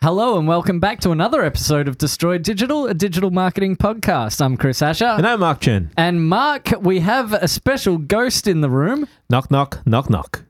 Hello and welcome back to another episode of Destroyed Digital, a digital marketing podcast. I'm Chris Asher. And I'm Mark Chen. And Mark, we have a special ghost in the room. Knock, knock, knock, knock.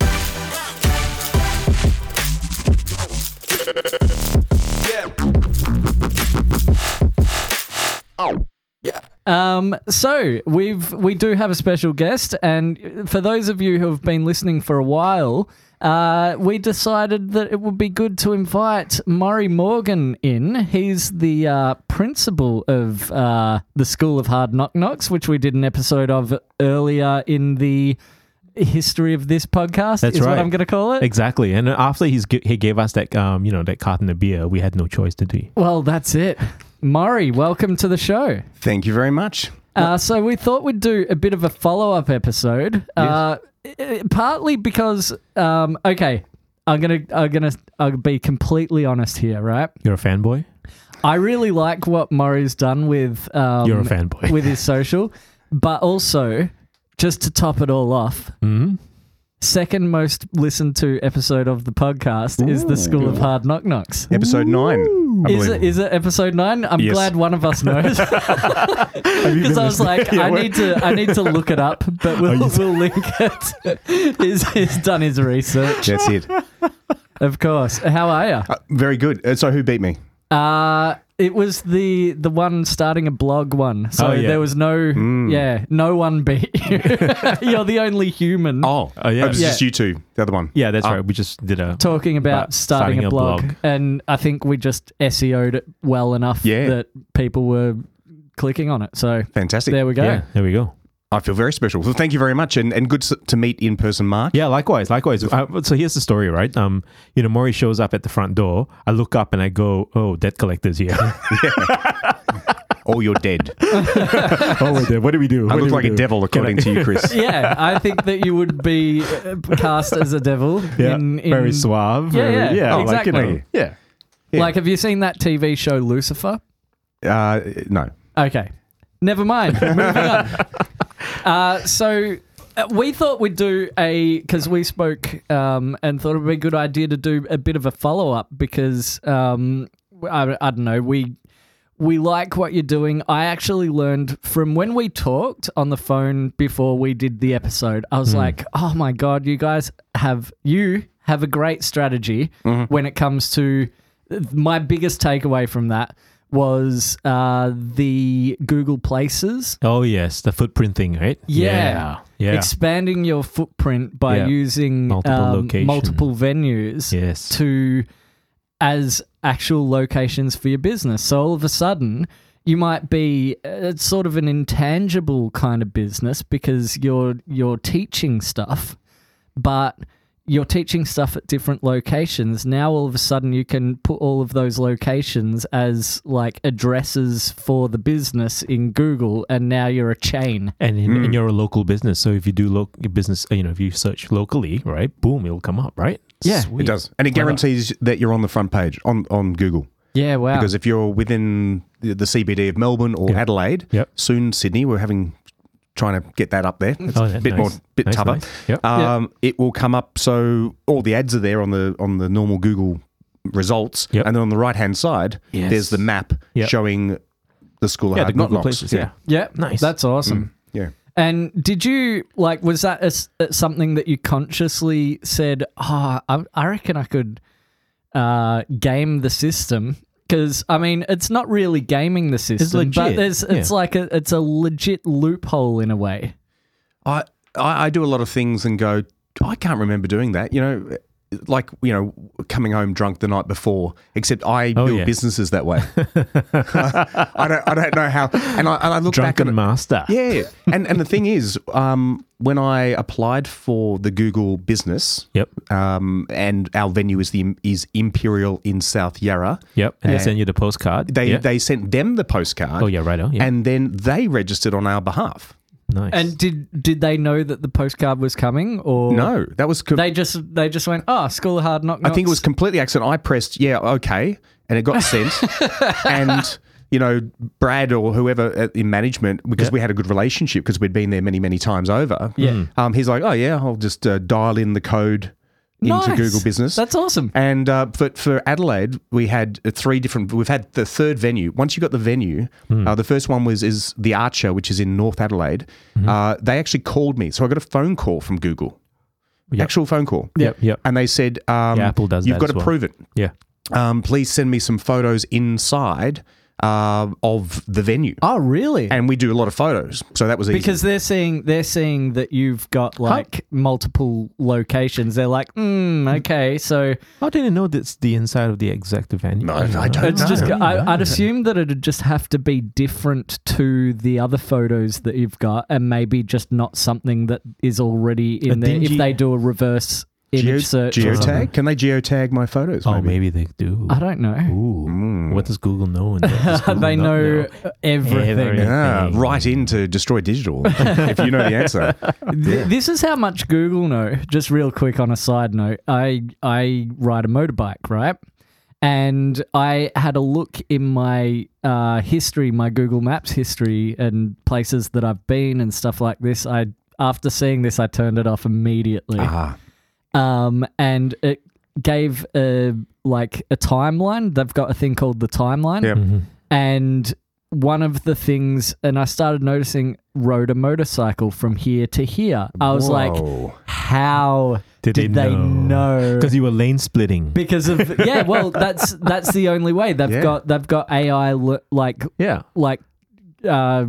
Um, so we've we do have a special guest, and for those of you who have been listening for a while, uh, we decided that it would be good to invite Murray Morgan in. He's the uh, principal of uh, the School of Hard Knock Knocks, which we did an episode of earlier in the history of this podcast. That's is what right. I'm going to call it. Exactly. And after he's g- he gave us that um you know that carton of beer, we had no choice to do. well, that's it. Murray, welcome to the show. Thank you very much. Uh, so we thought we'd do a bit of a follow-up episode, uh, i- i- partly because um, okay, I'm gonna I'm gonna I'll be completely honest here, right? You're a fanboy. I really like what Murray's done with um, You're a fanboy. with his social, but also just to top it all off, Mm-hmm. second most listened to episode of the podcast is the School of Hard Knock Knocks. Episode nine. I Is believe. it, is it episode nine? I'm Yes. glad one of us knows. because I was like, I need to, I need to look it up, but we'll, we'll link it. he's, he's done his research, That's it. of course. How are you? Uh, very good. Uh, so who beat me? Uh, it was the the one starting a blog one, so Oh, yeah. there was no, yeah, no one beat you. You're the only human Oh, oh yeah. Oh, it was Yeah. just you two. The other one. Yeah, that's right. We just did a talking about About starting, starting a, a blog. blog. and I think we just SEO'd it well enough Yeah. that people were clicking on it. So Fantastic. there we go. yeah. There we go. I feel very special. Well, thank you very much, and, and good s- to meet in person, Mark. Yeah, likewise, likewise. Uh, so here's the story, right? Um, you know, Maury shows up at the front door. I look up and I go, "Oh, debt collectors here." Or you're dead. oh, we're there. What do we do? I look like a devil, according to you, Chris. yeah, I think that you would be uh, cast as a devil. Yeah, in, in, very suave. Yeah, very- yeah, like, exactly. you know. yeah. Like, have you seen that TV show Lucifer? Uh, no. Okay, never mind. Moving on. Uh, so. uh, We thought we'd do a because we spoke um, and thought it would be a good idea to do a bit of a follow up because um, I, I don't know we we like what you're doing. I actually learned from when we talked on the phone before we did the episode. I Hmm. was like, "Oh my god, you guys have you have a great strategy Mm-hmm. when it comes to my biggest takeaway from that was uh, the Google Places. Oh yes, the footprint thing, right? Yeah. yeah. Expanding your footprint by Yeah. using um, Multiple location. multiple venues yes. to as actual locations for your business. So all of a sudden, you might be uh, it's sort of an intangible kind of business because you're you're teaching stuff, but you're teaching stuff at different locations. Now all of a sudden you can put all of those locations as like addresses for the business in Google and now you're a chain. and, in, and you're a local business. So if you do local business, you know, if you search locally, right, boom, it'll come up, right? Yeah, it It does. And it guarantees that you're on the front page on, on Google. Yeah, wow. Because if you're within the, the CBD of Melbourne or Adelaide, Yep. soon Sydney, we're having trying to get that up there. It's Oh, yeah, a bit more, nice. bit Nice, tougher. nice. Yep. Um, It will come up. So all the ads are there on the on the normal Google results, Yep. and then on the right hand side, Yes. there's the map Yep. showing the school of Yeah, the hard knock Google knocks. places. Yeah. yeah, Nice. That's awesome. yeah. And did you like? Was that a s something that you consciously said? Ah, I, I reckon I could uh, game the system because I mean, it's not really gaming the system, but legit, there's it's yeah. like a it's a legit loophole in a way. I, I I do a lot of things and go. I can't remember doing that. You know. Like you know, coming home drunk the night before. Except I build Oh, yeah. businesses that way. I don't. I don't know how. And I, and I look back Drunken at it- master. Yeah, and and the thing is, um, when I applied for the Google Business, Yep. um, and our venue is the is Imperial in South Yarra. Yep. And they send you the postcard. They Yeah. they sent them the postcard. Oh, yeah, righto, yeah. And then they registered on our behalf. nice. And did did they know that the postcard was coming, or No, that was. Com- They just they just went, oh, school of hard knock. I think it was Knocks." completely accident. I pressed yeah, okay, and it got sent, and. You know, Brad or whoever at- in management, because we had a good relationship, because we'd been there many, many times over. Yeah. Mm. Um, he's like, oh, yeah, I'll just uh, dial in the code into Nice. Google Business. That's awesome. And uh, but for Adelaide, we had uh, three different. We've had the third venue. Once you got the venue, uh, the first one was is the Archer, which is in North Adelaide. Uh, they actually called me, so I got a phone call from Google, Yep. actual phone call. Yep, yep. And they said, um, Yeah, Apple does You've that got as to well. prove it. Yeah. Um, please send me some photos inside uh, of the venue, Oh, really? and we do a lot of photos, so that was easy. because they're seeing they're seeing that you've got like multiple locations. They're like, mm, okay, so How did you know that's the inside of the executive venue? No, I don't it's know. just. I, I'd assume that it'd just have to be different to the other photos that you've got, and maybe just not something that is already in A there. dingy- If they do a reverse image Geo- search, or something. geotag? Can they geotag my photos? Oh, maybe they do. I don't know. Ooh, Mm. what does Google know? And what does Google they not know everything. Everything. Yeah, Anything. right into Destroy Digital if you know the answer. Th- This is how much Google know. Just real quick on a side note, I I ride a motorbike, right? And I had a look in my uh, history, my Google Maps history, and places that I've been and stuff like this. I after seeing this, I turned it off immediately, Ah, um, and it gave a like a timeline. They've got a thing called the timeline, yeah. Mm-hmm. and one of the things and i started noticing rode a motorcycle from here to here i was like Whoa. how Did did, they they, know? know, Because you were lane splitting. because of yeah well that's that's the only way they've Yeah. got they've got ai le- like Yeah. like uh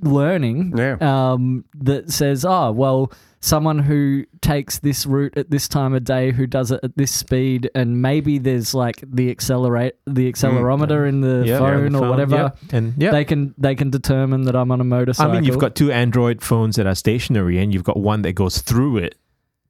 learning Yeah. Uh, um that says oh well someone who takes this route at this time of day who does it at this speed and maybe there's like the accelerate the accelerometer in the Mm. Yeah, phone on the or whatever yep. And yeah. they can they can determine that I'm on a I motorcycle. mean, you've got two Android phones that are stationary, and you've got one that goes through it.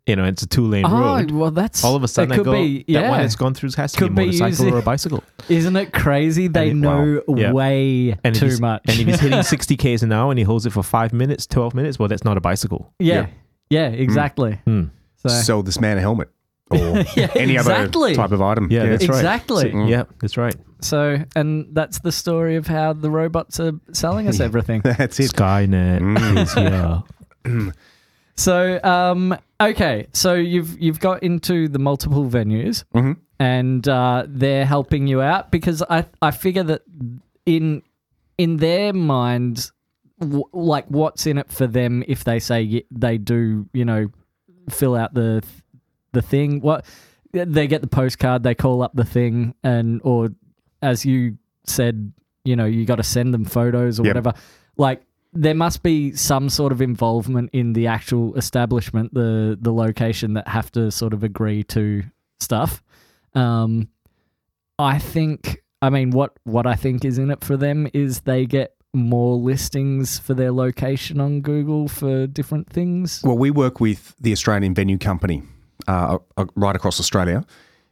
You know, it's a two-lane oh road. well, that's All of a sudden, it I could go, be yeah. that one that's gone through has to Could be be a motorcycle using- or a bicycle. Isn't it crazy? They it- know Yeah. way And if too he's- much. And if he's hitting 60 k's an hour and he holds it for five minutes, 12 minutes, well, that's not a bicycle. yeah, yeah, exactly. Hmm. So, Sell this man a helmet or Yeah, any exactly. other type of item. Yeah, that's right. exactly. Mm. Yeah, that's right. So, and that's the story of how the robots are selling us everything. That's it. Skynet Mm. is here. So, um, okay, so you've you've got into the multiple venues. Mhm. and uh, they're helping you out because I I figure that in in their mind, w- like what's in it for them if they say y- they do you know fill out the the thing what they get the postcard they call up the thing and or as you said you know you got to send them photos or Yep. whatever like there must be some sort of involvement in the actual establishment the the location that have to sort of agree to stuff um, I think, I mean, what what I think is in it for them is they get more listings for their location on Google for different things. Well, we work with the Australian Venue Company uh, uh, right across Australia,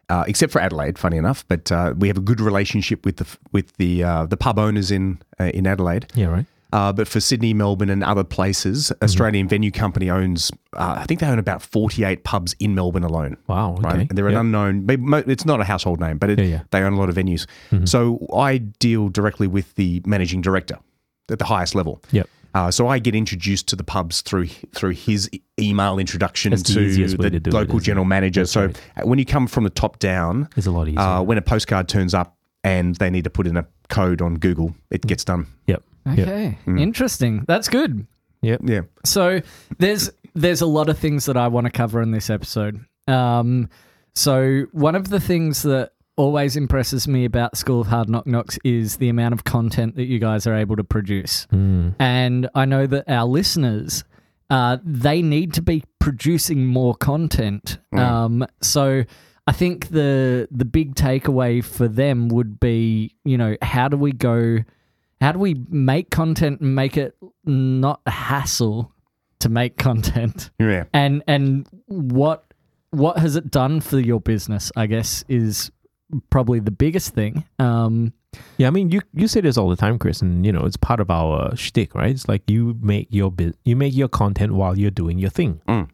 uh, except for Adelaide, funny enough. But uh, we have a good relationship with the f- with the uh, the pub owners in uh, in Adelaide. Yeah, right. Uh, but for Sydney, Melbourne, and other places, Mm-hmm. Australian Venue Company owns. Uh, I think they own about forty-eight pubs in Melbourne alone. Wow. Okay. right? And they're Yeah. an unknown. they- mo- It's not a household name, but it, Yeah, Mm-hmm. yeah. they own a lot of venues. So I deal directly with the managing director at the highest level. Yep. Uh, so I get introduced to the pubs through through his e- email introduction That's the to easiest way the to do it, local isn't general manager. so uh, when you come from the top down, It's a lot easier. uh, when a postcard turns up and they need to put in a code on Google, Hmm. it gets done. yep. Yep. Okay, interesting. That's good. Yeah. So there's there's a lot of things that I want to cover in this episode. Um, so one of the things that always impresses me about School of Hard Knock Knocks is the amount of content that you guys are able to produce. And I know that our listeners, uh, they need to be producing more content. Um, so I think the the big takeaway for them would be, you know, how do we go? How do we make content and make it not a hassle to make content? Yeah. And and what what has it done for your business? I guess is probably the biggest thing. Um, Yeah, I mean, you you say this all the time, Chris, and you know it's part of our uh, shtick, right? It's like you make your bit, you make your content while you're doing your thing. Mm.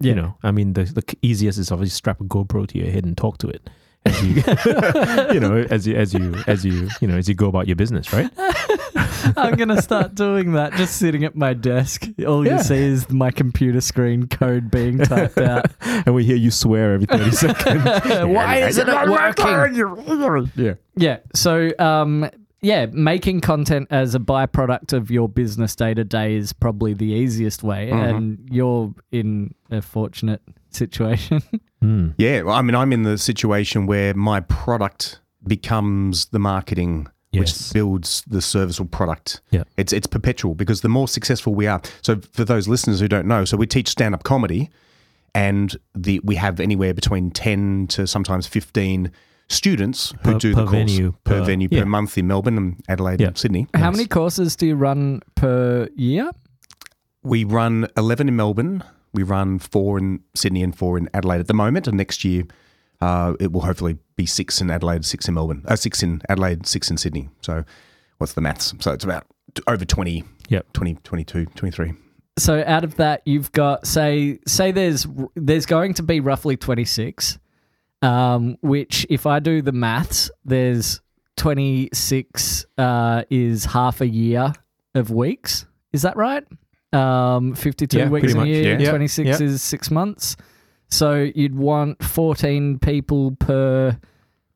Yeah. You know, I mean, the the easiest is obviously strap a GoPro to your head and talk to it. As you, you know, as you as you as you you know as you go about your business, right? I'm gonna start doing that. Just sitting at my desk, all Yeah. you see is my computer screen code being typed out. and we hear you swear every 30 seconds. Uh, Why isn't it working? yeah. Yeah. So, um, yeah, making content as a byproduct of your business day to day is probably the easiest way, and you're in a fortunate situation. Yeah, well, I mean, I'm in the situation where my product becomes the marketing, Yes. which builds the service or product. Yeah. it's it's perpetual because the more successful we are. So for those listeners who don't know, so we teach stand up comedy, and the we have anywhere between ten to sometimes fifteen students who Per- do per the course venue, per, per- venue yeah. per month in Melbourne and Adelaide Yeah. and Sydney. How many courses do you run per year? We run eleven in Melbourne. We run four in Sydney and four in Adelaide at the moment, and next year. Uh, it will hopefully be six in Adelaide, six in Melbourne, uh, six in Adelaide, six in Sydney. So, what's the maths? So it's about t- over 20, Yep. 20, 22, 23. So out of that, you've got say say there's there's going to be roughly twenty six, um, which if I do the maths, there's twenty six uh, is half a year of weeks. Is that right? Um, Fifty two Yeah, weeks pretty in a much, year. yeah. Twenty six Yeah. is six months. So you'd want fourteen people per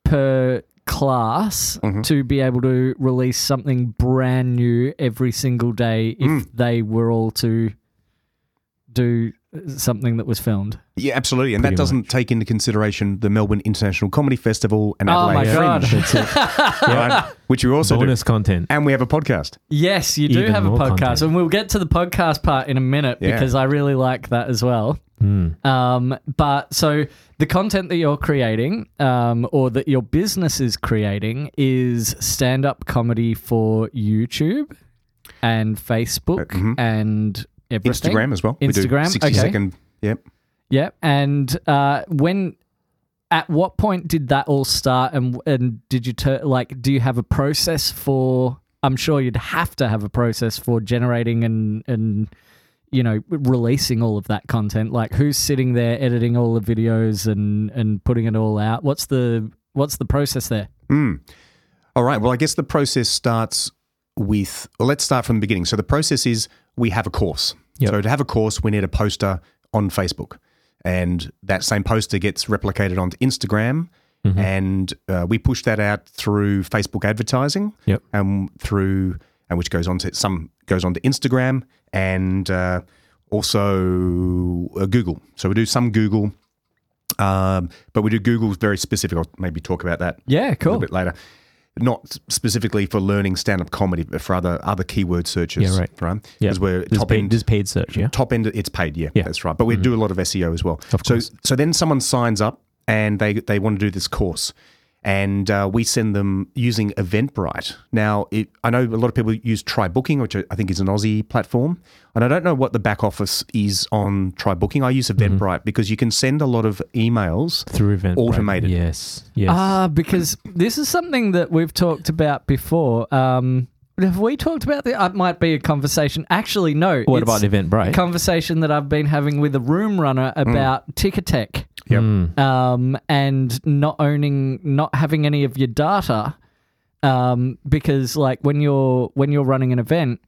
per class to be able to release something brand new every single day if they were all to do something that was filmed. Yeah, absolutely. And Pretty that doesn't take into consideration the Melbourne International Comedy Festival and Oh Adelaide my god! Fringe, right? which we also Bonus do. content. And we have a podcast. Yes, you do Even have a more podcast, content. and we'll get to the podcast part in a minute Yeah. because I really like that as well. Hmm. Um, but so the content that you're creating, um, or that your business is creating, is stand-up comedy for YouTube and Facebook and everything. Mm-hmm. Instagram as well. We do Instagram, 60 okay. second- Yep. Yeah, and uh, when, at what point did that all start, and and did you tur like, do you have a process for? I'm sure you'd have to have a process for generating and and you know releasing all of that content. Like, who's sitting there editing all the videos and and putting it all out? What's the what's the process there? All right. Well, I guess the process starts with, well, let's start from the beginning. So the process is we have a course. Yep. So to have a course, we need a poster on Facebook. And that same poster gets replicated onto Instagram. Mm-hmm. And uh, we push that out through Facebook advertising. Yep. And through, and which goes on to some goes on to Instagram and uh, also uh, Google. So we do some Google, um, but we do Google very specific. I'll maybe talk about that Yeah, a cool. little bit later. Not specifically for learning stand-up comedy, but for other other keyword searches. Yeah, right. Right. Yeah. Because we're This top paid, end. this paid search, yeah? Top end, it's paid. Yeah, Yeah. Mm-hmm. that's right. But we do a lot of SEO as well. Of course. So so then someone signs up and they they want to do this course, and uh, we send them using Eventbrite. Now it, I know a lot of people use TryBooking, which I think is an Aussie platform, and I don't know what the back office is on TryBooking. I use Mm-hmm. Eventbrite because you can send a lot of emails Through event. Automated. Yes. Yes. Ah, because this is something that we've talked about before. Um, have we talked about the? It might be a conversation. Actually, no. what it's- about Eventbrite? conversation that I've been having with a room runner about Ticketek Yep. Hmm. um, and not owning, not having any of your data, um, because like when you're when you're running an event,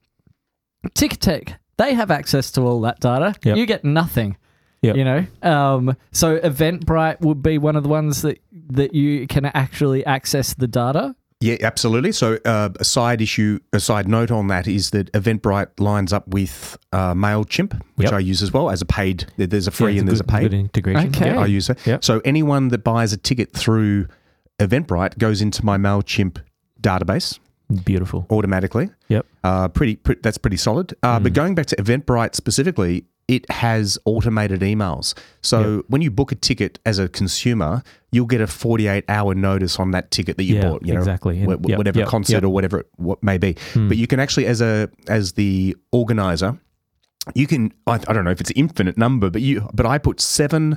Ticketek they have access to all that data. Yep. You get nothing. Yep. You know, um, so Eventbrite would be one of the ones that that you can actually access the data. Yeah, absolutely. So uh, a side issue, a side note on that is that Eventbrite lines up with uh, Mailchimp, which Yep. I use as well as a paid. there- There's a free it's and there's good, a paid. Good integration. Okay. Yeah. I use it. Yep. So anyone that buys a ticket through Eventbrite goes into my Mailchimp database Beautiful. automatically. Yep. Mm. Uh, pretty, pre- that's pretty solid. Uh, But going back to Eventbrite specifically, it has automated emails. So when you book a ticket as a consumer, you'll get a 48 hour notice on that ticket that you Yeah, Hmm. bought. You know, exactly. And- wh- wh- yep, whatever yep, concert yep. or whatever it what may be. But you can actually, as a as the organizer, you can. I, I don't know if it's infinite number, but you. But I put seven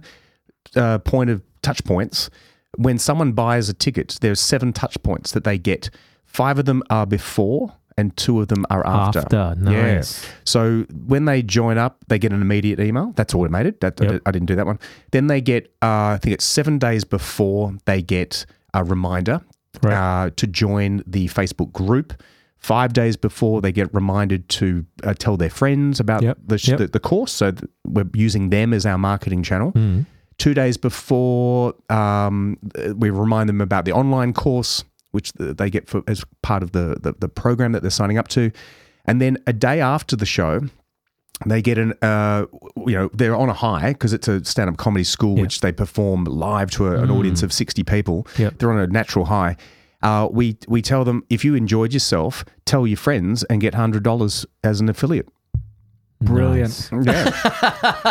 uh, point of touch points. When someone buys a ticket, there are seven touch points that they get. Five of them are before, and two of them are after. After. Yeah. Nice. So when they join up, they get an immediate email. That's automated. That, Yep. I didn't do that one. Then they get, uh, I think it's seven days before they get a reminder Right. uh, to join the Facebook group Five days before, they get reminded to uh, tell their friends about Yep, the, sh- yep. the the course. So th- we're using them as our marketing channel. Two days before, um, th- we remind them about the online course, which th- they get for, as part of the, the the program that they're signing up to. And then a day after the show, they get an uh, you know they're on a high because it's a stand-up comedy school which they perform live to a, an audience of 60 people Yep. they're on a natural high uh, we we tell them if you enjoyed yourself tell your friends and get $100 as an affiliate Brilliant. Nice.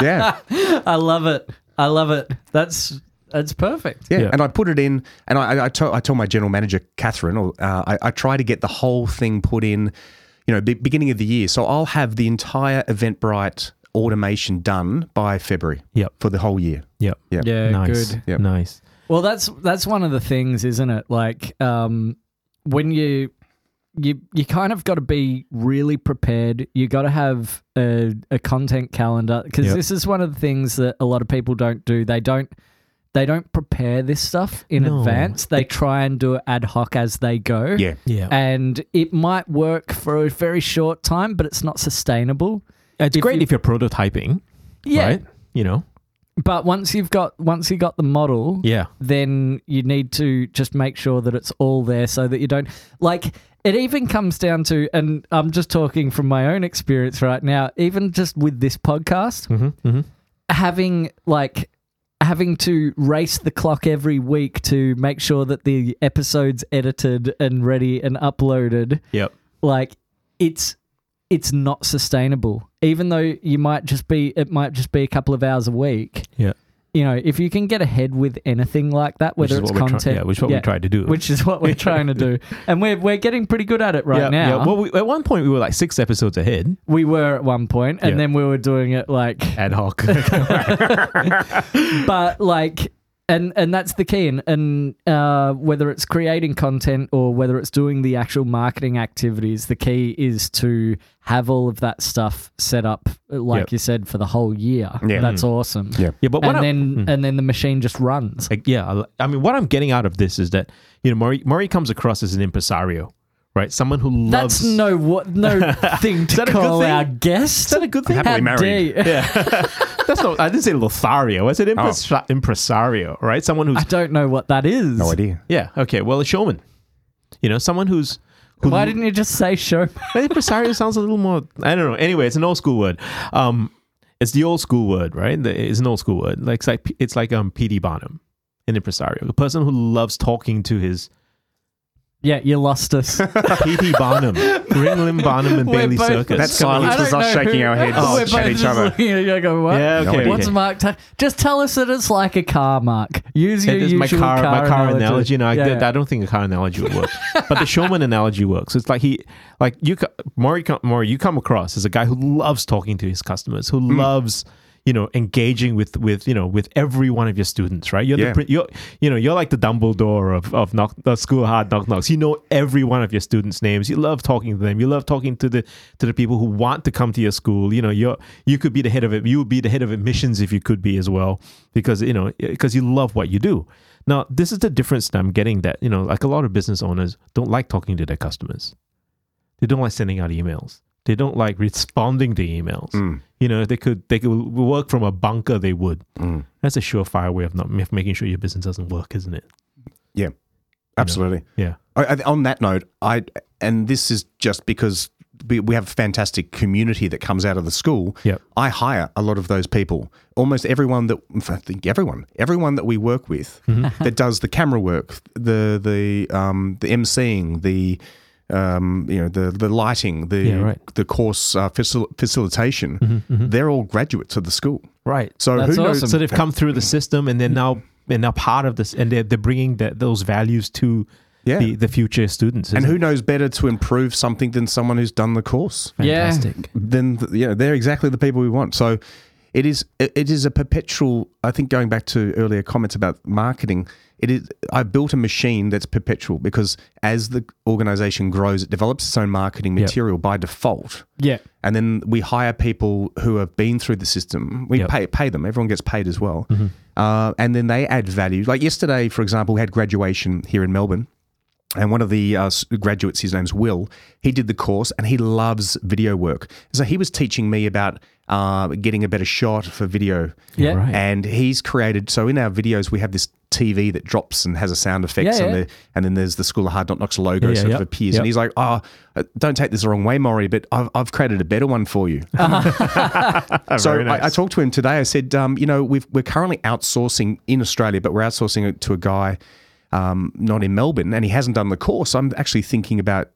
yeah yeah I love it. I love it. That's that's perfect. Yeah. Yeah. And I put it in, and I, I, tell, I tell my general manager, Catherine, or, uh, I, I try to get the whole thing put in, you know, be, beginning of the year. So I'll have the entire Eventbrite automation done by February Yep. for the whole year. Yep. Yeah. Yeah, nice. good. Yep. Nice. Well, that's that's one of the things, isn't it? Like um, when you you you kind of got to be really prepared. You got to have a, a content calendar because Yep. this is one of the things that a lot of people don't do. They don't they don't prepare this stuff in No. advance. They try and do it ad hoc as they go. Yeah. Yeah. And it might work for a very short time, but it's not sustainable. it's if great you- if you're prototyping, Yeah. right? You know? But once you've got once you got the model, Yeah. then you need to just make sure that it's all there so that you don't like it even comes down to and I'm just talking from my own experience right now even just with this podcast Mm-hmm. Mm-hmm. having like having to race the clock every week to make sure that the episode's edited and ready and uploaded Yep. like it's it's not sustainable even though you might just be it might just be a couple of hours a week Yeah. you know, if you can get ahead with anything like that, Which whether is it's what we're try- content, yeah, which is what we try to do. which is what we're trying to do, and we're we're getting pretty good at it right yeah, now. Yeah. Well, we, at one point we were like six episodes ahead. we were at one point, and Yeah. then we were doing it like, Ad hoc. but like. And, and that's the key. And, and uh, whether it's creating content or whether it's doing the actual marketing activities, the key is to have all of that stuff set up, like Yep. you said, for the whole year. Yeah. That's awesome. Yeah. yeah, but what Mm. And I'm- then and then the machine just runs. Like, yeah, I li- I mean, what I'm getting out of this is that you know, Murray, Murray comes across as an impresario, right? Someone who loves. That's no what no thing to that a good call thing? our guest. Is that a good thing? Happily married. That's not. I didn't say Lothario. I said Oh. impres- impresario, right? Someone who's. I don't know what that is. No idea. yeah. Okay. Well, a showman. You know, someone who's. Who Why didn't you just say show? But impresario sounds a little more. I don't know. Anyway, it's an old school word. Um, it's the old school word, right? The- It's an old school word. Like it's like it's like um P.D. Barnum, an impresario, a person who loves talking to his Yeah, you lost us. P.D. Barnum, Ringling Barnum, and We're Bailey both- Circus. That's silence I don't was us know shaking who- our heads We're at both each just other. looking at you and going, what? Yeah, okay. No idea. What's okay. Mark? Ta- just tell us that it's like a car, Mark. Use your It is usual my car, my car analogy. No, I, Yeah, that- yeah. I don't think a car analogy would work, but the showman analogy works. It's like he, like you, co- Maury, co- Maury, you come across as a guy who loves talking to his customers, who loves, you know, engaging with with you know with every one of your students, right? You're Yeah. the, pri- you're you know you're like the Dumbledore of of knock, the school hard knock knocks. You know every one of your students' names. You love talking to them. You love talking to the to the people who want to come to your school. You know you're you could be the head of it. You would be the head of admissions if you could be as well because you know because you love what you do. Now this is the difference that I'm getting that you know like a lot of business owners don't like talking to their customers. They don't like sending out emails. They don't like responding to emails. Mm. You know, if they could they could work from a bunker. They would. Mm. That's a surefire way of not of making sure your business doesn't work, isn't it? Yeah. Absolutely. Yeah. I, I, on that note, I and this is just because we, we have a fantastic community that comes out of the school. Yep. I hire a lot of those people. Almost everyone that in fact, I think everyone, everyone that we work with Mm-hmm. that does the camera work, the the um, the emceeing, the um, you know the the lighting, the Yeah, right. Mm-hmm, the course uh, facil- facilitation. They're all graduates of the school. Right. So That's who knows? Mm. awesome. So they've come through the system, and they're now they're now part of this, and they're they're bringing that those values to Yeah. the, the future students. And isn't who it? knows better to improve something than someone who's done the course? Yeah. fantastic. then th- you know they're exactly the people we want. So it is it it is a perpetual. I think going back to earlier comments about marketing, it is I built a machine that's perpetual because as the organization grows, it develops its own marketing Yep. material by default. Yeah. And then we hire people who have been through the system. We Yep. pay pay them. Everyone gets paid as well. Uh, and then they add value. Like yesterday, for example, we had graduation here in Melbourne. And one of the uh, s- graduates, his name's Will, he did the course and he loves video work. So he was teaching me about uh, getting a better shot for video. Yeah. Right. And he's created, so in our videos, we have this TV that drops and has a sound effects Yeah, and, yeah. The, and then there's the School of Hard Knock Knocks logo Yeah, yeah, sort yep, of appears. yep. And he's like, oh, uh, don't take this the wrong way, Maury, but I've, I've created a better one for you. Uh-huh. So Very nice. I, I talked to him today. I said, um, you know, we've, we're currently outsourcing in Australia, but we're outsourcing it to a guy um, not in Melbourne, and he hasn't done the course. I'm actually thinking about,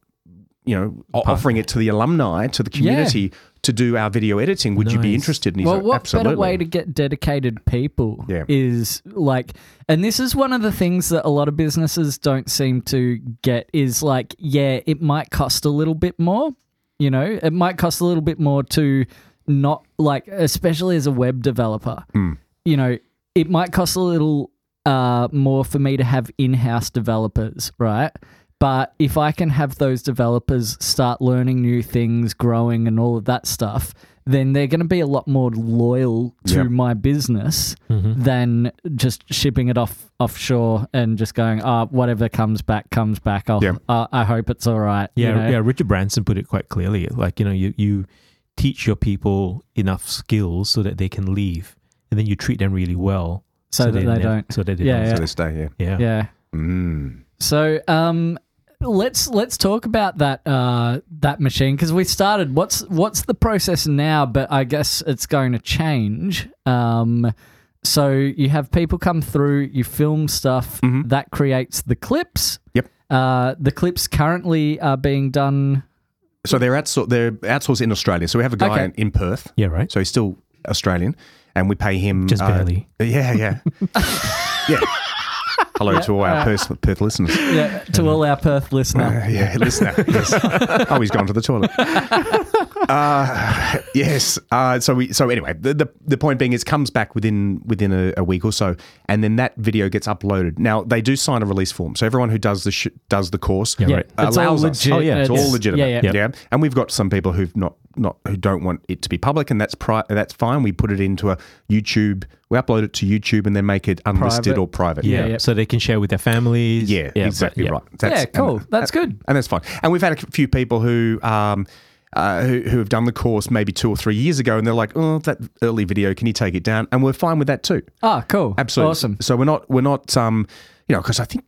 you know, Oh, uh, offering it to the alumni, to the community, to do our video editing. Would you be Nice. interested? And he's Well, like, what absolutely. better way to get dedicated people Yeah. is like, and this is one of the things that a lot of businesses don't seem to get is like, yeah, it might cost a little bit more, you know, it might cost a little bit more to not like, especially as a web developer, you know, it might cost a little uh, more for me to have in house developers, right? But if I can have those developers start learning new things, growing, and all of that stuff, then they're going to be a lot more loyal to Yep. my business Mm-hmm. than just shipping it off offshore and just going, ah, whatever comes back, comes back. I'll, Yeah. I- I hope it's all right. you Yeah, know? yeah. Richard Branson put it quite clearly. Like you know, you you teach your people enough skills so that they can leave, and then you treat them really well, So that they nev- don't- So that they Yeah, don't. So this day, yeah. Yeah. Yeah. Mm. So um, let's let's talk about that uh, that machine because we started. What's what's the process now? But I guess it's going to change. Um, so you have people come through, you film stuff that creates the clips. Mm-hmm. Yep. Uh, the clips currently are being done. So they're outsour- they're outsourced in Australia. So we have a guy Okay. in, in Perth. Yeah, right. So he's still Australian, and we pay him uh, Just barely. Yeah, yeah, yeah. Hello to all our Perth, Perth listeners. Yeah, to all our Perth listener. Uh, yeah, listener. Yes. oh, he's gone to the toilet. Uh, yes. Uh, so we. So anyway, the, the the point being, is comes back within within a, a week or so, and then that video gets uploaded. Now they do sign a release form, so everyone who does the sh- does the course Yeah, right. it's all allows us- legit. Oh, yeah, it's, all legitimate. Yeah, yeah. Yeah. Yeah, and we've got some people who've not not who don't want it to be public, and that's pri- that's fine. We put it into a YouTube. We upload it to YouTube, and then make it unlisted Private. or private. Yeah. yeah. So they can share with their families. Yeah, but- exactly yeah. right. Yeah, cool. and- uh, That's good. and that's fine. And we've had a few people who. Um, uh, who, who have done the course maybe two or three years ago, and they're like, "Oh, that early video, can you take it down?" And we're fine with that too. Ah, cool. Absolutely, Awesome. So we're not, we're not, um, you know, because I think,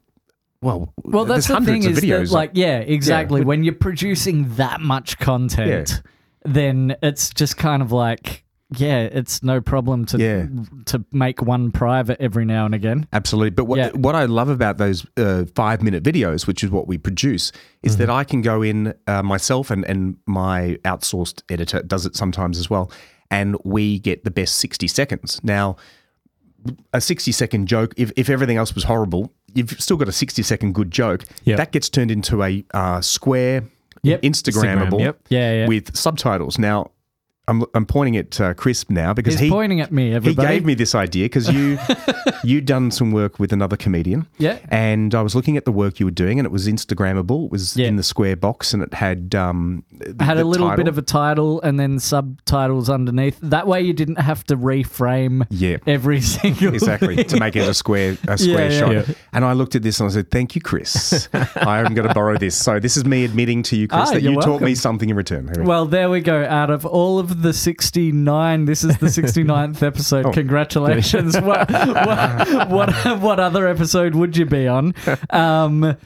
well, Well, that's there's the thing is hundreds of videos. that, like, yeah, exactly. When you're producing that much content, then it's just kind of like, yeah, it's no problem to Yeah. to make one private every now and again. Absolutely. But what, Yeah. what I love about those uh, five minute videos, which is what we produce, is that Mm-hmm. I can go in uh, myself and, and my outsourced editor does it sometimes as well. And we get the best 60 seconds. Now, a 60 second joke, if, if everything else was horrible, you've still got a 60 second good joke. Yeah. That gets turned into a uh, square, Yep. Instagrammable Instagram, yep. Yeah, yeah. with subtitles. Now, I'm, I'm pointing at uh, Chris now because He's he, pointing at me, he everybody. gave me this idea because you you'd done some work with another comedian. Yeah. And I was looking at the work you were doing, and it was Instagrammable. It was Yeah. in the square box, and it had um, th- I had the a little title. bit of a title and then subtitles underneath. That way, you didn't have to reframe Yeah. every single. exactly to make it a square a square yeah. shot. Yeah. And I looked at this and I said, "Thank you, Chris. I am going to borrow this." So this is me admitting to you, Chris, Ah, that you you're taught me something in return. Here we go. Well, there we go. Out of all of the 69, this is the 69th episode. Oh. Congratulations. what, what, what, what other episode would you be on? Um,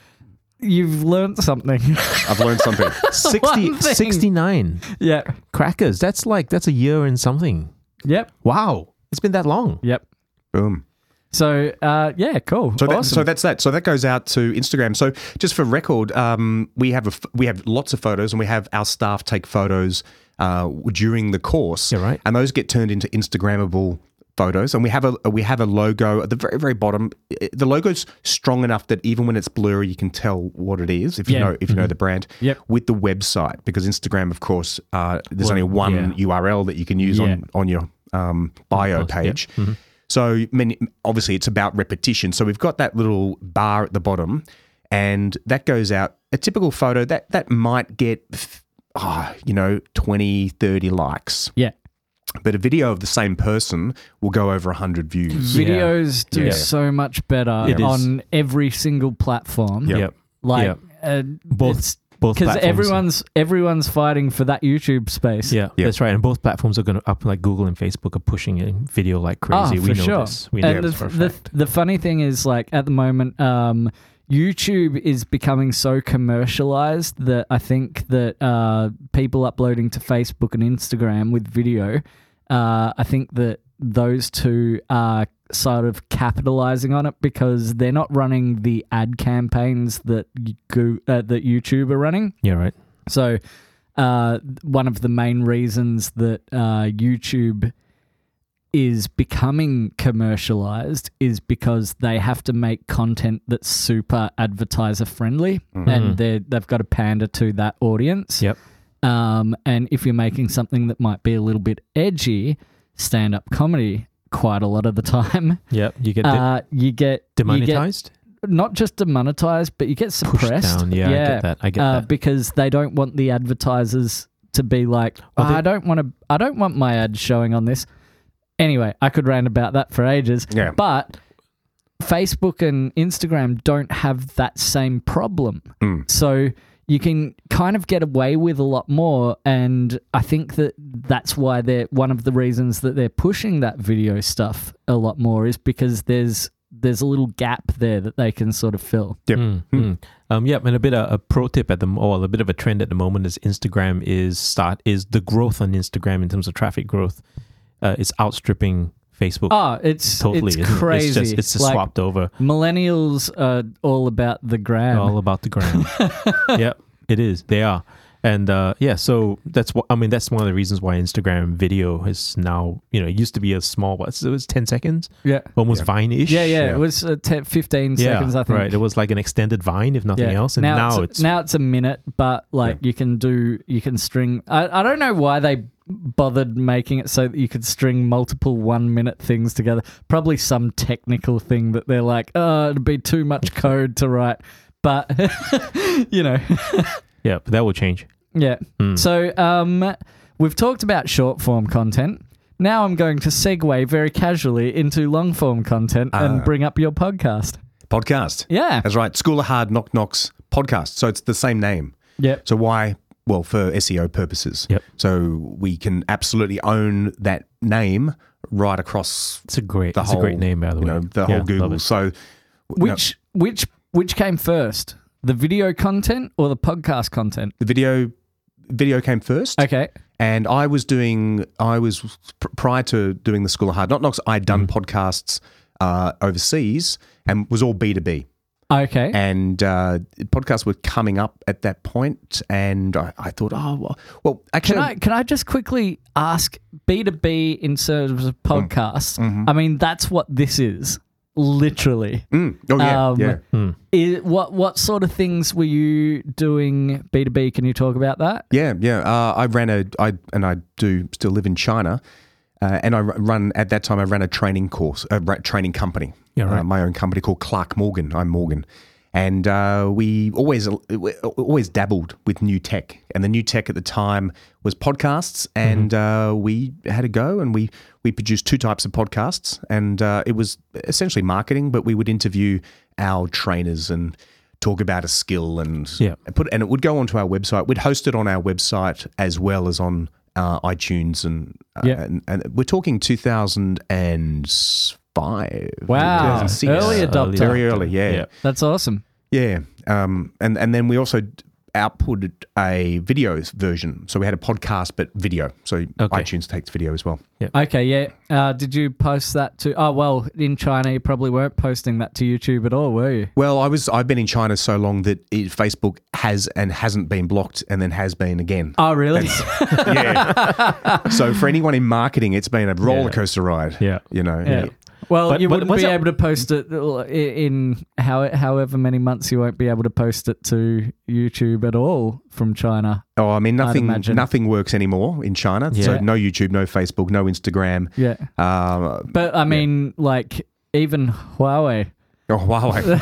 you've learnt something. I've learned something. 60, One thing. 69 yeah. crackers. That's like that's a year and something. Yep. Wow, it's been that long. Yep. Boom. So, uh, yeah, cool. So, that, awesome. so that's that. So that goes out to Instagram. So just for record, um, we have a f- we have lots of photos, and we have our staff take photos uh, during the course. Yeah, right. And those get turned into Instagrammable photos. And we have a we have a logo at the very very bottom. I- The logo's strong enough that even when it's blurry, you can tell what it is if you Yeah. Mm-hmm. know if you know the brand. Yep. With the website, because Instagram, of course, uh, there's only one URL that you can use Yeah. Mm-hmm. on on your um, bio page. So many, obviously, it's about repetition. So we've got that little bar at the bottom, and that goes out. A typical photo that that might get, ah, you know, 20, 30 likes, yeah. but a video of the same person will go over 100 views. Videos do Yeah. so much better It is. on every single platform. Yeah. Yep. Like uh, Both- it's- both because platforms. everyone's everyone's fighting for that YouTube space. Yeah, Yeah. that's right. And both platforms are going to up like Google and Facebook are pushing in video like Ah, crazy. we for know sure. this. We know and this the, for a the, fact. the funny thing is, like at the moment, um, YouTube is becoming so commercialized that I think that uh, people uploading to Facebook and Instagram with video, uh, I think that those two are sort of capitalizing on it because they're not running the ad campaigns that you go, uh, that YouTube are running. yeah, right. So, uh, one of the main reasons that uh, YouTube is becoming commercialized is because they have to make content that's super advertiser friendly, and they they've got to pander to that audience. Mm-hmm. Yep. Um, and if you're making something that might be a little bit edgy, stand up comedy quite a lot of the time, Yep. You get de- uh, you get you get demonetized, not just demonetized, but you get pushed suppressed. down. Yeah, I get that. I get uh, that. because they don't want the advertisers to be like, "Oh, Well, they- I don't want to, I don't want my ad showing on this. Anyway, I could rant about that for ages. Yeah. But Facebook and Instagram don't have that same problem. Hmm. Mm. So you can kind of get away with a lot more. And I think that that's why they're one of the reasons that they're pushing that video stuff a lot more is because there's there's a little gap there that they can sort of fill. Yep. Mm, Hmm. mm. Um, yep, and a bit of a pro tip at the m- or a bit of a trend at the moment is Instagram is start is the growth on Instagram in terms of traffic growth uh, is outstripping Facebook Oh, it's totally. it's isn't it? crazy. It's just, it's just Like, swapped over. Millennials are all about the gram. all about the gram. yep, it is. They are, and uh, yeah. So that's what I mean. That's one of the reasons why Instagram video is now you know it used to be a small what it was ten seconds, yeah. almost Vine-ish. yeah, yeah, Yeah. It was uh, 10, 15 Yeah, seconds, I think. right. It was like an extended Vine, if nothing Yeah. else. And now, it's, now it's a minute, but like you can do you can string. I, I don't know why they bothered making it so that you could string multiple one minute things together. Probably some technical thing that they're like, oh, it'd be too much code to write. But you know, yeah, but that will change. Yeah. Mm. So um, we've talked about short form content. Now I'm going to segue very casually into long form content and Ah. bring up your podcast. Podcast. Yeah. That's right. School of Hard Knock Knocks podcast. So it's the same name. Yep. So why? Well, for SEO purposes. Yep. So we can absolutely own that name right across It's a great, the it's whole a great name by the you way. know, the Yeah, whole love Google. it. So no, Which which which came first, the video content or the podcast content? the video video came first. Okay. and I was doing I was pr- prior to doing the School of Hard Knock Knocks, I'd done Mm-hmm. podcasts uh, overseas and was all B two B, Okay. and uh, podcasts were coming up at that point, and I, I thought, oh well, well actually, Can I can I just quickly ask B two B in terms of Mm. podcasts? Mm-hmm. I mean, that's what this is, literally. Mm. oh yeah, Um, yeah. I what what sort of things were you doing B two B? Can you talk about that? Yeah, yeah. Uh, I ran a, I and I do still live in China, uh, and I ru- run at that time. I ran a training course, a ra- training company. Yeah, right. uh, my own company called Clark Morgan. I'm Morgan, and uh, we always we uh, always dabbled with new tech, and the new tech at the time was podcasts, Mm-hmm. and uh, we had a go, and we we produced two types of podcasts, and uh, it was essentially marketing, but we would interview our trainers and talk about a skill and Yeah. and put and it would go onto our website. We'd host it on our website as well as on uh, iTunes and, uh, Yeah. and and we're talking 2005. Wow. 2006. Early Uh, adopter. very early, yeah. Yeah. That's awesome. Yeah. Um, and and then we also d- outputted a video version. So we had a podcast but video. So iTunes takes video as well. Okay, yeah. Uh, did you post that to? Oh well, in China you probably weren't posting that to YouTube at all, were you? Well, I was I've been in China so long that it, Facebook has and hasn't been blocked and then has been again. Oh really? yeah. so for anyone in marketing, it's been a roller coaster ride. Yeah. You know. yeah. Well, But- you but wouldn't was be it- able to post it i- in how however many months you won't be able to post it to YouTube at all from China. Oh, I mean, nothing imagine. nothing works anymore in China. So Yeah. no YouTube, no Facebook, no Instagram. Yeah, Uh, but I mean, like even Huawei, oh, Huawei.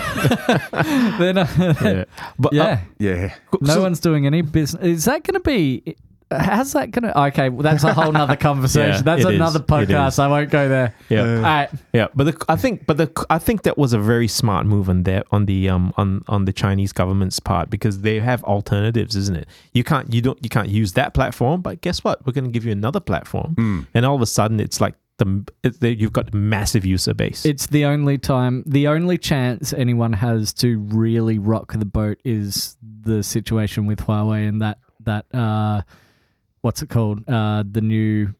they're not, Yeah. But uh, yeah, yeah. uh, no so- one's doing any business. Is that going to be how's that gonna? Okay, well, that's a whole nother conversation. Yeah, that's it is. another It podcast. is. I won't go there. Yeah. All right. Yeah, but the, I think, but the, I think that was a very smart move on their on the um on on the Chinese government's part because they have alternatives, isn't it? You can't you don't you can't use that platform, but guess what? We're going to give you another platform, Hmm. and all of a sudden it's like the, it, the you've got massive user base. It's the only time, the only chance anyone has to really rock the boat is the situation with Huawei and that that uh, what's it called? Uh, the new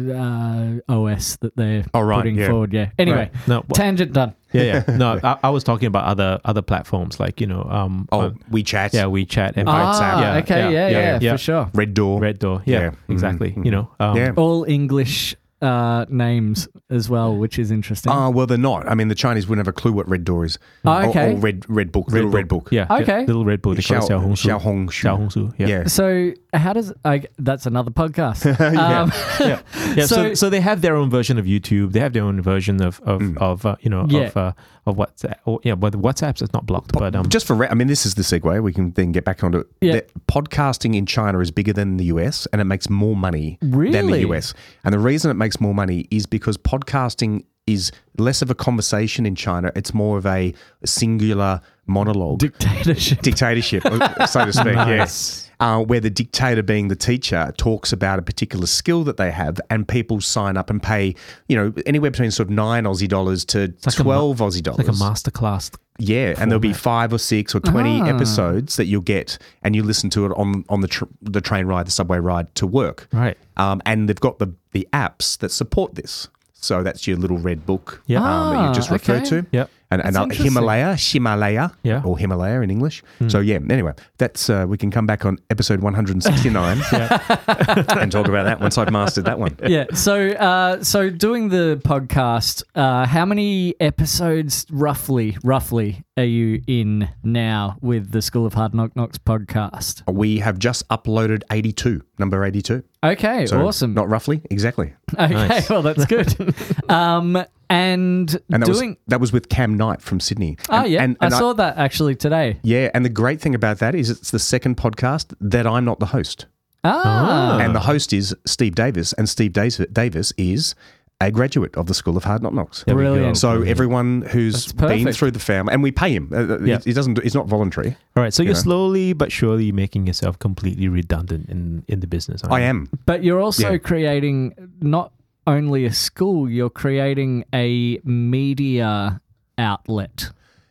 uh, OS that they're Oh, right, putting yeah. forward. Yeah. Anyway, no, wha- tangent done. yeah, yeah. No, I, I was talking about other other platforms like you know um Oh, um, WeChat. yeah WeChat and Ah, Yeah, okay, yeah yeah, for sure. Red Door. Red Door. Yeah, Yeah. Mm-hmm. exactly. You know. Um, Yeah. All English uh, names as well, which is interesting. Ah, well, they're not. I mean, the Chinese wouldn't have a clue what Red Door is. Ah, Or- okay. Or, Red Red Book. Little Red Book. Yeah. Okay. Little Red Bull. They call it Xiao- Xiaohongshu. Xiaohongshu. Xiaohongshu, Yeah. Yeah. So how does I, that's another podcast? um, Yeah, so, So- so they have their own version of YouTube. They have their own version of of, Mm. of uh, you know Yeah. of uh, of WhatsApp. Or, yeah, but WhatsApp's is not blocked, but um, Just for, re- I mean, this is the segue. We can then get back onto it. Yeah. That Podcasting in China is bigger than the US and it makes more money than the Really? US. And the reason it makes more money is because podcasting is less of a conversation in China. It's more of a singular monologue. dictatorship. dictatorship, uh, so to speak. Nice. Yes. Uh, where the dictator, being the teacher, talks about a particular skill that they have, and people sign up and pay, you know, anywhere between sort of nine Aussie dollars to like a ma- twelve Aussie dollars. like a masterclass. yeah, and there'll be five or six or twenty Ah. episodes that you'll get, and you listen to it on on the tr- the train ride, the subway ride to work. Right. Um, and they've got the the apps that support this. So that's your little red book Yeah. um, that Ah, you just referred okay. to. Yep. And, That's and uh, interesting. Hmm. Himalaya, Himalaya, Yeah. or Himalaya in English. So yeah. Anyway, that's uh, we can come back on episode 169 and talk about that once I've mastered that one. yeah. So, uh, so doing the podcast, uh, how many episodes roughly, roughly are you in now with the School of Hard Knock Knocks podcast? We have just uploaded 82, number 82. Okay, So awesome. Not roughly, exactly. okay, Nice. well that's good. um, and, And that doing. was that was with Cam Knight from Sydney. Oh And- yeah, and, and I saw that actually today. yeah, and the great thing about that is it's the second podcast that I'm not the host. Ah, And the host is Steve Davis, and Steve Davis, Davis is a graduate of the School of Hard Knock Knocks. we go. brilliant. So everyone who's been perfect. through the family, and we pay him. Uh, Yeah. It doesn't. It's not voluntary. All right. So you're Yeah. slowly but surely making yourself completely redundant in in the business. aren't I Ah. you? am. But you're also Yeah. creating not only a school, you're creating a media outlet.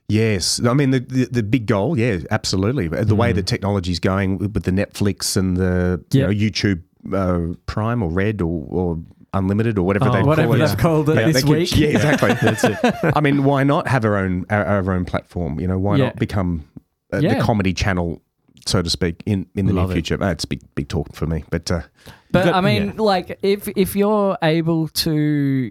Yes, I mean the the, the big goal. Yeah, absolutely. The way Mm. that technology's going with with the Netflix and the Yeah. you know, YouTube uh, Prime or Red or, or Unlimited or whatever Oh, they Whatever call it. they've called it Yeah, this they keep- week. Yeah, exactly. That's it. I mean, why not have our own our, our own platform? You know, why Yeah. not become uh, Yeah. the comedy channel, so to speak, in in the Love it. near future? Uh, it's big big talk for me, but. Uh, But got- I mean, yeah. like if if you're able to,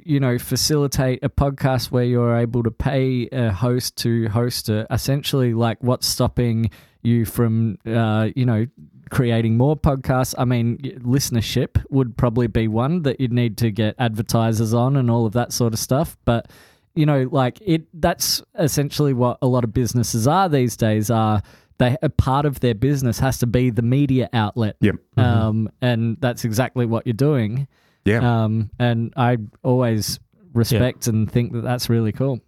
you know, facilitate a podcast where you're able to pay a host to host it, essentially, like what's stopping you from, uh, you know, creating more podcasts? I mean, y- listenership would probably be one that you'd need to get advertisers on and all of that sort of stuff, but. You know, like it. That's essentially what a lot of businesses are these days. Are they a part of their business has to be the media outlet? Yep. um, and that's exactly what you're doing. Yeah, Um, and I always respect and think that that's really cool.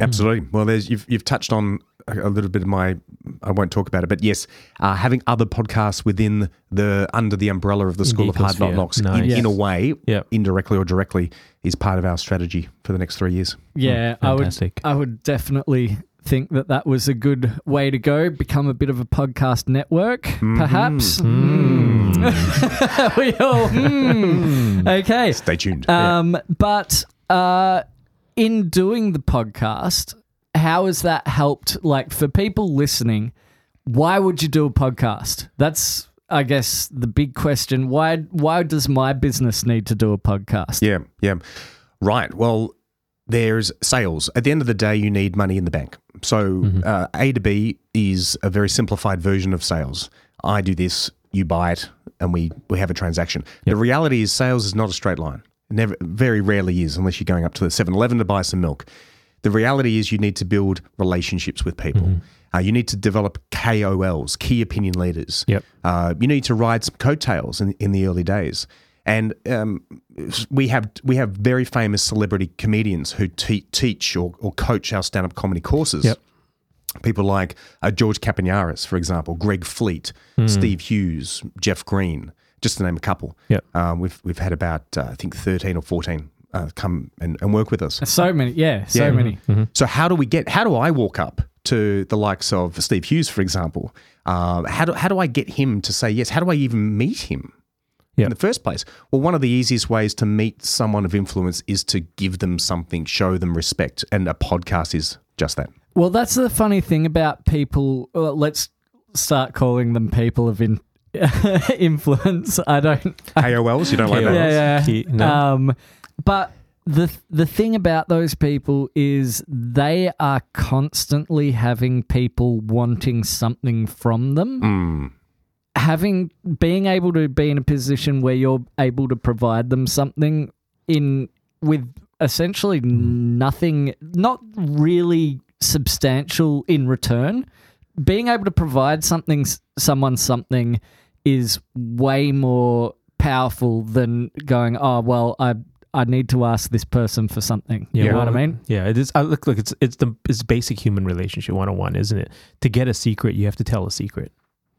absolutely. Well, there's you've you've touched on a a little bit of my. I won't talk about it, but yes, uh, having other podcasts within the under the umbrella of the School of Hard Knock ecosphere. Knocks in, Nice. in a way, Yeah. indirectly or directly, is part of our strategy for the next three years. Yeah, I would. Fantastic. I would definitely think that that was a good way to go. Become a bit of a podcast network, perhaps. Mm-hmm. Mm. we all. mm. Okay. Stay tuned. Um, but uh, in doing the podcast, how has that helped? Like for people listening, why would you do a podcast? That's, I guess, the big question. Why? Why does my business need to do a podcast? yeah, yeah. Right. Well, there's sales. At the end of the day, you need money in the bank. So uh, A to B is a very simplified version of sales. I do this, you buy it, and we we have a transaction. The reality is, sales is not a straight line. Never, very rarely is, unless you're going up to the 7-Eleven to buy some milk. The reality is you need to build relationships with people. Uh, you need to develop KOLs, key opinion leaders. Yep. Uh, you need to ride some coattails in, in the early days. And um, we have we have very famous celebrity comedians who te- teach or, or coach our stand up comedy courses. Yep. People like uh, George Capanaris, for example, Greg Fleet, Hmm. Steve Hughes, Jeff Green, just to name a couple. Yep. Um, we've we've had about uh, I think thirteen or fourteen uh, come and, and work with us. So many, yeah, so Yeah. many. So how do we get? How do I walk up to the likes of Steve Hughes, for example? Um, how do how do I get him to say yes? How do I even meet him Yeah. in the first place? Well, one of the easiest ways to meet someone of influence is to give them something, show them respect, and a podcast is just that. Well, that's the funny thing about people. Well, let's start calling them people of in, influence. I don't. KOLs, you don't like Yeah, that? yeah, yeah. Key- no. Um, but the the thing about those people is they are constantly having people wanting something from them. Mm, Having being able to be in a position where you're able to provide them something in with essentially nothing, not really substantial in return. Being able to provide something, s- someone something, is way more powerful than going, oh well, I I need to ask this person for something. You know what I well, mean? Yeah, it is. I look, look, it's it's the it's basic human relationship one on one, isn't it? To get a secret, you have to tell a secret.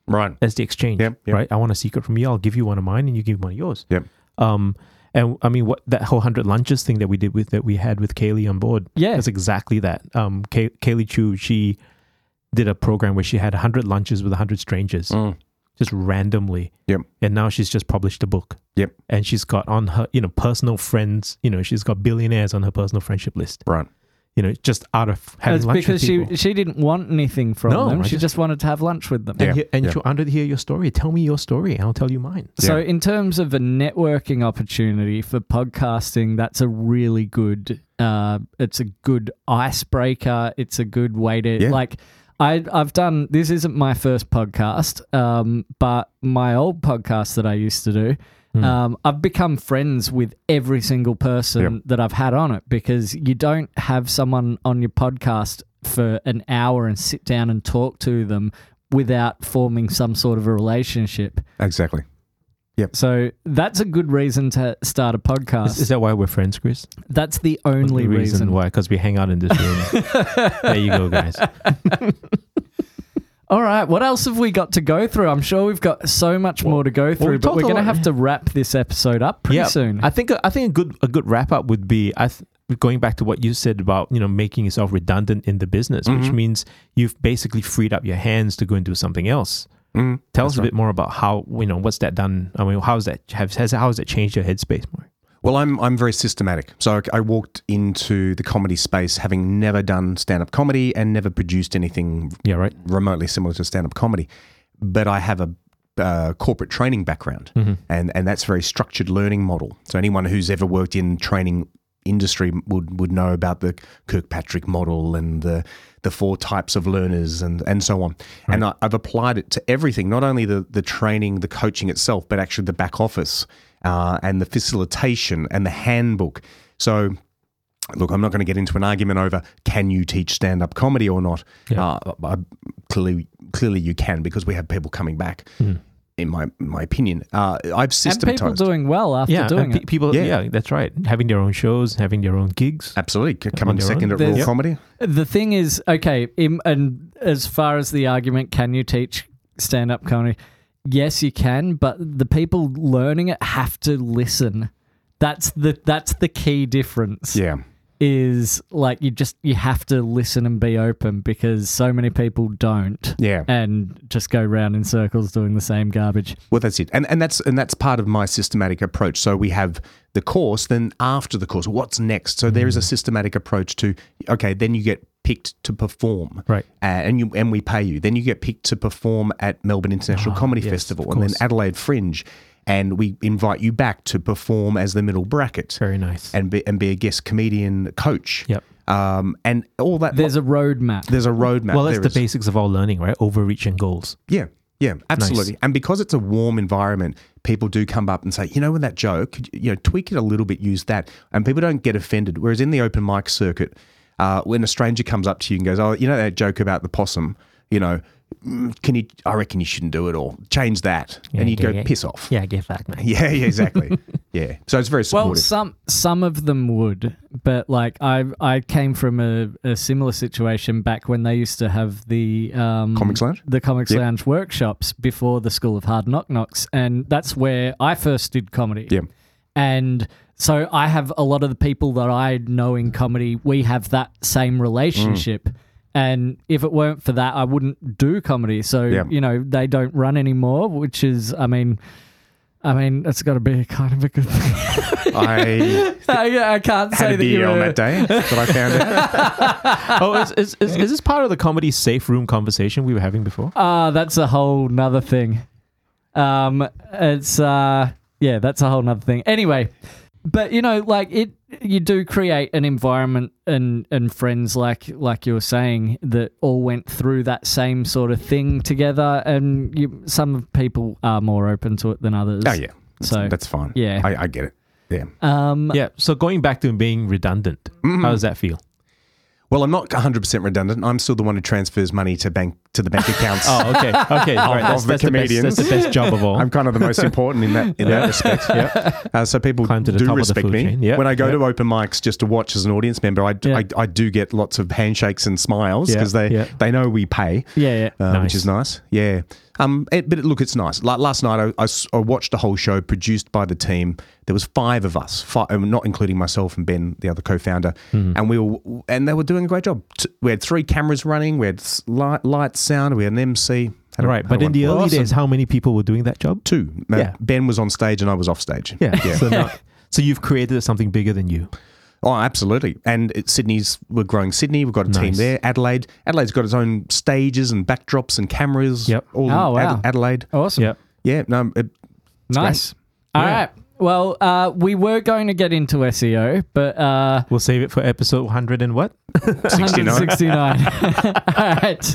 Right. That's the exchange, Yep, yep. right? I want a secret from you. I'll give you one of mine, and you give one of yours. Yep. Um, and I mean, what that whole hundred lunches thing that we did with that we had with Kaylee on board. Yeah. that's exactly that. Um, Kay, Kaylee Chu, she did a program where she had hundred lunches with hundred strangers, Mm. just randomly. Yep. And now she's just published a book. Yep. And she's got on her, you know, personal friends. You know, she's got billionaires on her personal friendship list. Right. You know, just out of having It's lunch because with she people. she didn't want anything from No, them. I She just- just, wanted to have lunch with them. Yeah. and, he- and she'll under hear your story. Tell me your story, and I'll tell you mine. So, Yeah. in terms of a networking opportunity for podcasting, that's a really good. Uh, it's a good icebreaker. It's a good way to Yeah. like. I, I've done this isn't my first podcast, um, but my old podcast that I used to do. Hmm. Um, I've become friends with every single person Yeah. that I've had on it because you don't have someone on your podcast for an hour and sit down and talk to them without forming some sort of a relationship. Exactly. So that's a good reason to start a podcast. Is, is that why we're friends, Chris? that's the only The reason. why, because we hang out in this room. there you go, guys. All right, what else have we got to go through? I'm sure we've got so much more to go through, we but talked we're a going to lot- have to wrap this episode up pretty soon. I think I think a good a good wrap up would be I th- going back to what you said about you know making yourself redundant in the business, which means you've basically freed up your hands to go and do something else. Mm. Tell us a bit more about how you know what's that done. I mean, how's that has, has how's that changed your headspace more? Well, I'm I'm very systematic. So I, I walked into the comedy space having never done stand up comedy and never produced anything Yeah, right. remotely similar to stand up comedy, but I have a uh, corporate training background, and and that's a very structured learning model. So anyone who's ever worked in training industry would would know about the Kirkpatrick model and the the four types of learners and and so on. And I, I've applied it to everything, not only the the training, the coaching itself, but actually the back office uh, and the facilitation and the handbook. So look, I'm not going to get into an argument over can you teach stand up comedy or not. Uh, I, clearly, clearly you can because we have people coming back. Mm-hmm. In my my opinion, uh, I've and people systematized. doing well after Yeah, doing and pe- it. people. Yeah. Yeah. that's right. Having their own shows, having their own gigs. Absolutely, C- come On and their second own. at Raw There's- Comedy. The thing is, okay, im and as far as the argument, can you teach stand up comedy? Yes, you can, but the people learning it have to listen. That's the that's the key difference. Yeah, is like you just you have to listen and be open because so many people don't yeah. and just go round in circles doing the same garbage. Well, that's it, and and that's and that's part of my systematic approach. So we have the course, then after the course, what's next? So Mm. there is a systematic approach to okay, then you get picked to perform, Right. Uh, and you and we pay you. Then you get picked to perform at Melbourne International Comedy Ah, yes, Festival, of and then course. Adelaide Fringe, and we invite you back to perform as the middle bracket, Very nice. and be and be a guest comedian coach. Yep. Um, and all that There's a roadmap. there's a roadmap. well, that's There the is. basics of all learning, right? Overreach and goals. Yeah, yeah, absolutely. And because it's a warm environment, people do come up and say, you know, with that joke, could you you know, tweak it a little bit, use that, and people don't get offended. Whereas in the open mic circuit, uh, when a stranger comes up to you and goes, "Oh, you know that joke about the possum? You know, "Mm, can you? I reckon you shouldn't do it, or change that." and you yeah, go, yeah. "Piss off." Yeah, get back, man. yeah, yeah, exactly. yeah, so it's very supportive. Well, some some of them would, but like I I came from a, a similar situation back when they used to have the um, Comics Lounge? the comics Yep. lounge workshops before the School of Hard Knock Knocks, and that's where I first did comedy. Yeah. And so I have a lot of the people that I know in comedy, we have that same relationship. Mm. And if it weren't for that, I wouldn't do comedy. So, Yeah. you know, they don't run anymore, which is, I mean, I mean, that's got to be kind of a good thing. I I, I can't had say a that you beer on were. that day that I found out. oh, is, is, is, is this part of the comedy safe room conversation we were having before? Ah, that's a whole nother thing. Um, it's uh, yeah, that's a whole nother thing. Anyway, but you know, like it, you do create an environment and and friends like like you were saying that all went through that same sort of thing together, and you, some people are more open to it than others. Oh yeah, So- that's fine. yeah. I, I get it. Yeah. Um, Yeah. So going back to being redundant, how does that feel? Well, I'm not 100 percent redundant. I'm still the one who transfers money to bank to the bank accounts. Oh, okay. Okay. All right. That's, of the that's, the best, that's comedians. the best job of all. I'm kind of the most important in that in that respect. Yeah. Uh, so people Climb to the top do of the respect food me chain. Yeah, when I go yeah. to open mics just to watch as an audience member. I, d- Yeah. I- I do get lots of handshakes and smiles Yeah, because they yeah. they know we pay. yeah, yeah. Uh, Nice. Which is nice, yeah. Um, it, but it, look, it's nice. Like last night, I- I, s- I watched a whole show produced by the team. There was five of us, five, not including myself and Ben, the other co-founder, Mm-hmm. and we were, and they were doing a great job. T- we had three cameras running, we had s- light, light, sound, we had an MC. Had a- right. had But a in the wonderful- early Awesome. days, how many people were doing that job? two. Uh, Yeah. Ben was on stage and I was off stage. Yeah. So, not- so you've created something bigger than you. Oh, absolutely. And it, Sydney's, we're growing Sydney. We've got a team Nice. there. Adelaide. Adelaide's got its own stages and backdrops and cameras. Yep. All Oh, in Ad- wow. Adelaide. Awesome. Yeah. No, it, Nice. All right. Yeah. Well, uh, we were going to get into SEO, but uh, We'll save it for episode 100 and what? 69. 169. all right.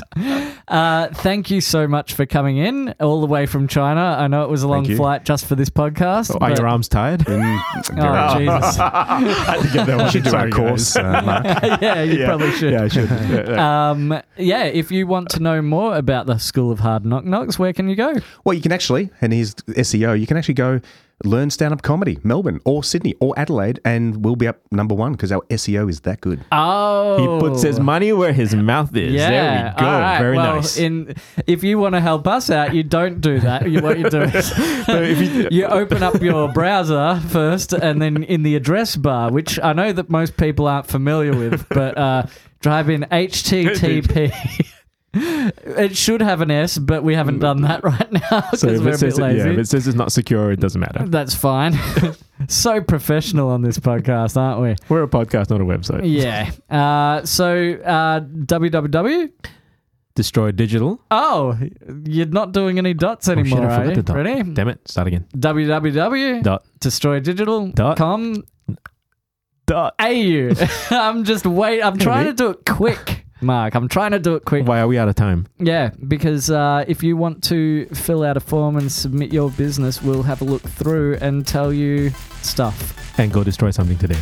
Uh, thank you so much for coming in all the way from China. I know it was a long you. flight just for this podcast. Are but- your arms tired? Oh, Mm, Jesus. I think that we should do our Sorry, course. guys. uh, Mark. yeah, you Yeah. probably should. Yeah, I should. Yeah, yeah. Um, yeah, if you want to know more about the School of Hard Knock Knocks, where can you go? Well, you can actually, and here's SEO, you can actually go learn stand up comedy, Melbourne or Sydney or Adelaide, and we'll be up number one because our SEO is that good. He Oh, puts his money where his mouth is. Yeah, There we go. all right. Very well, nice. In, if you want to help us out, you don't do that. You, what you do is you, open up your browser first, and then in the address bar, which I know that most people aren't familiar with, but uh, drive in HTTP. it should have an S, but we haven't done that right now because so if we're a it, bit says, it- lazy. yeah, if it says it's not secure, it doesn't matter. That's fine. so professional on this podcast, aren't we? We're a podcast, not a website. Yeah. Uh, so uh, www. Destroy digital. Oh, you're not doing any dots Oh, shit, anymore, I are forgot you? the dot. Ready? Damn it. Start again. Dot. Dot. www.destroydigital.com. Dot. au. I'm just wait. I'm trying to do it quick, Mark. I'm trying to do it quick. Why are we out of time? Yeah, because uh, if you want to fill out a form and submit your business, we'll have a look through and tell you stuff. And go destroy something today.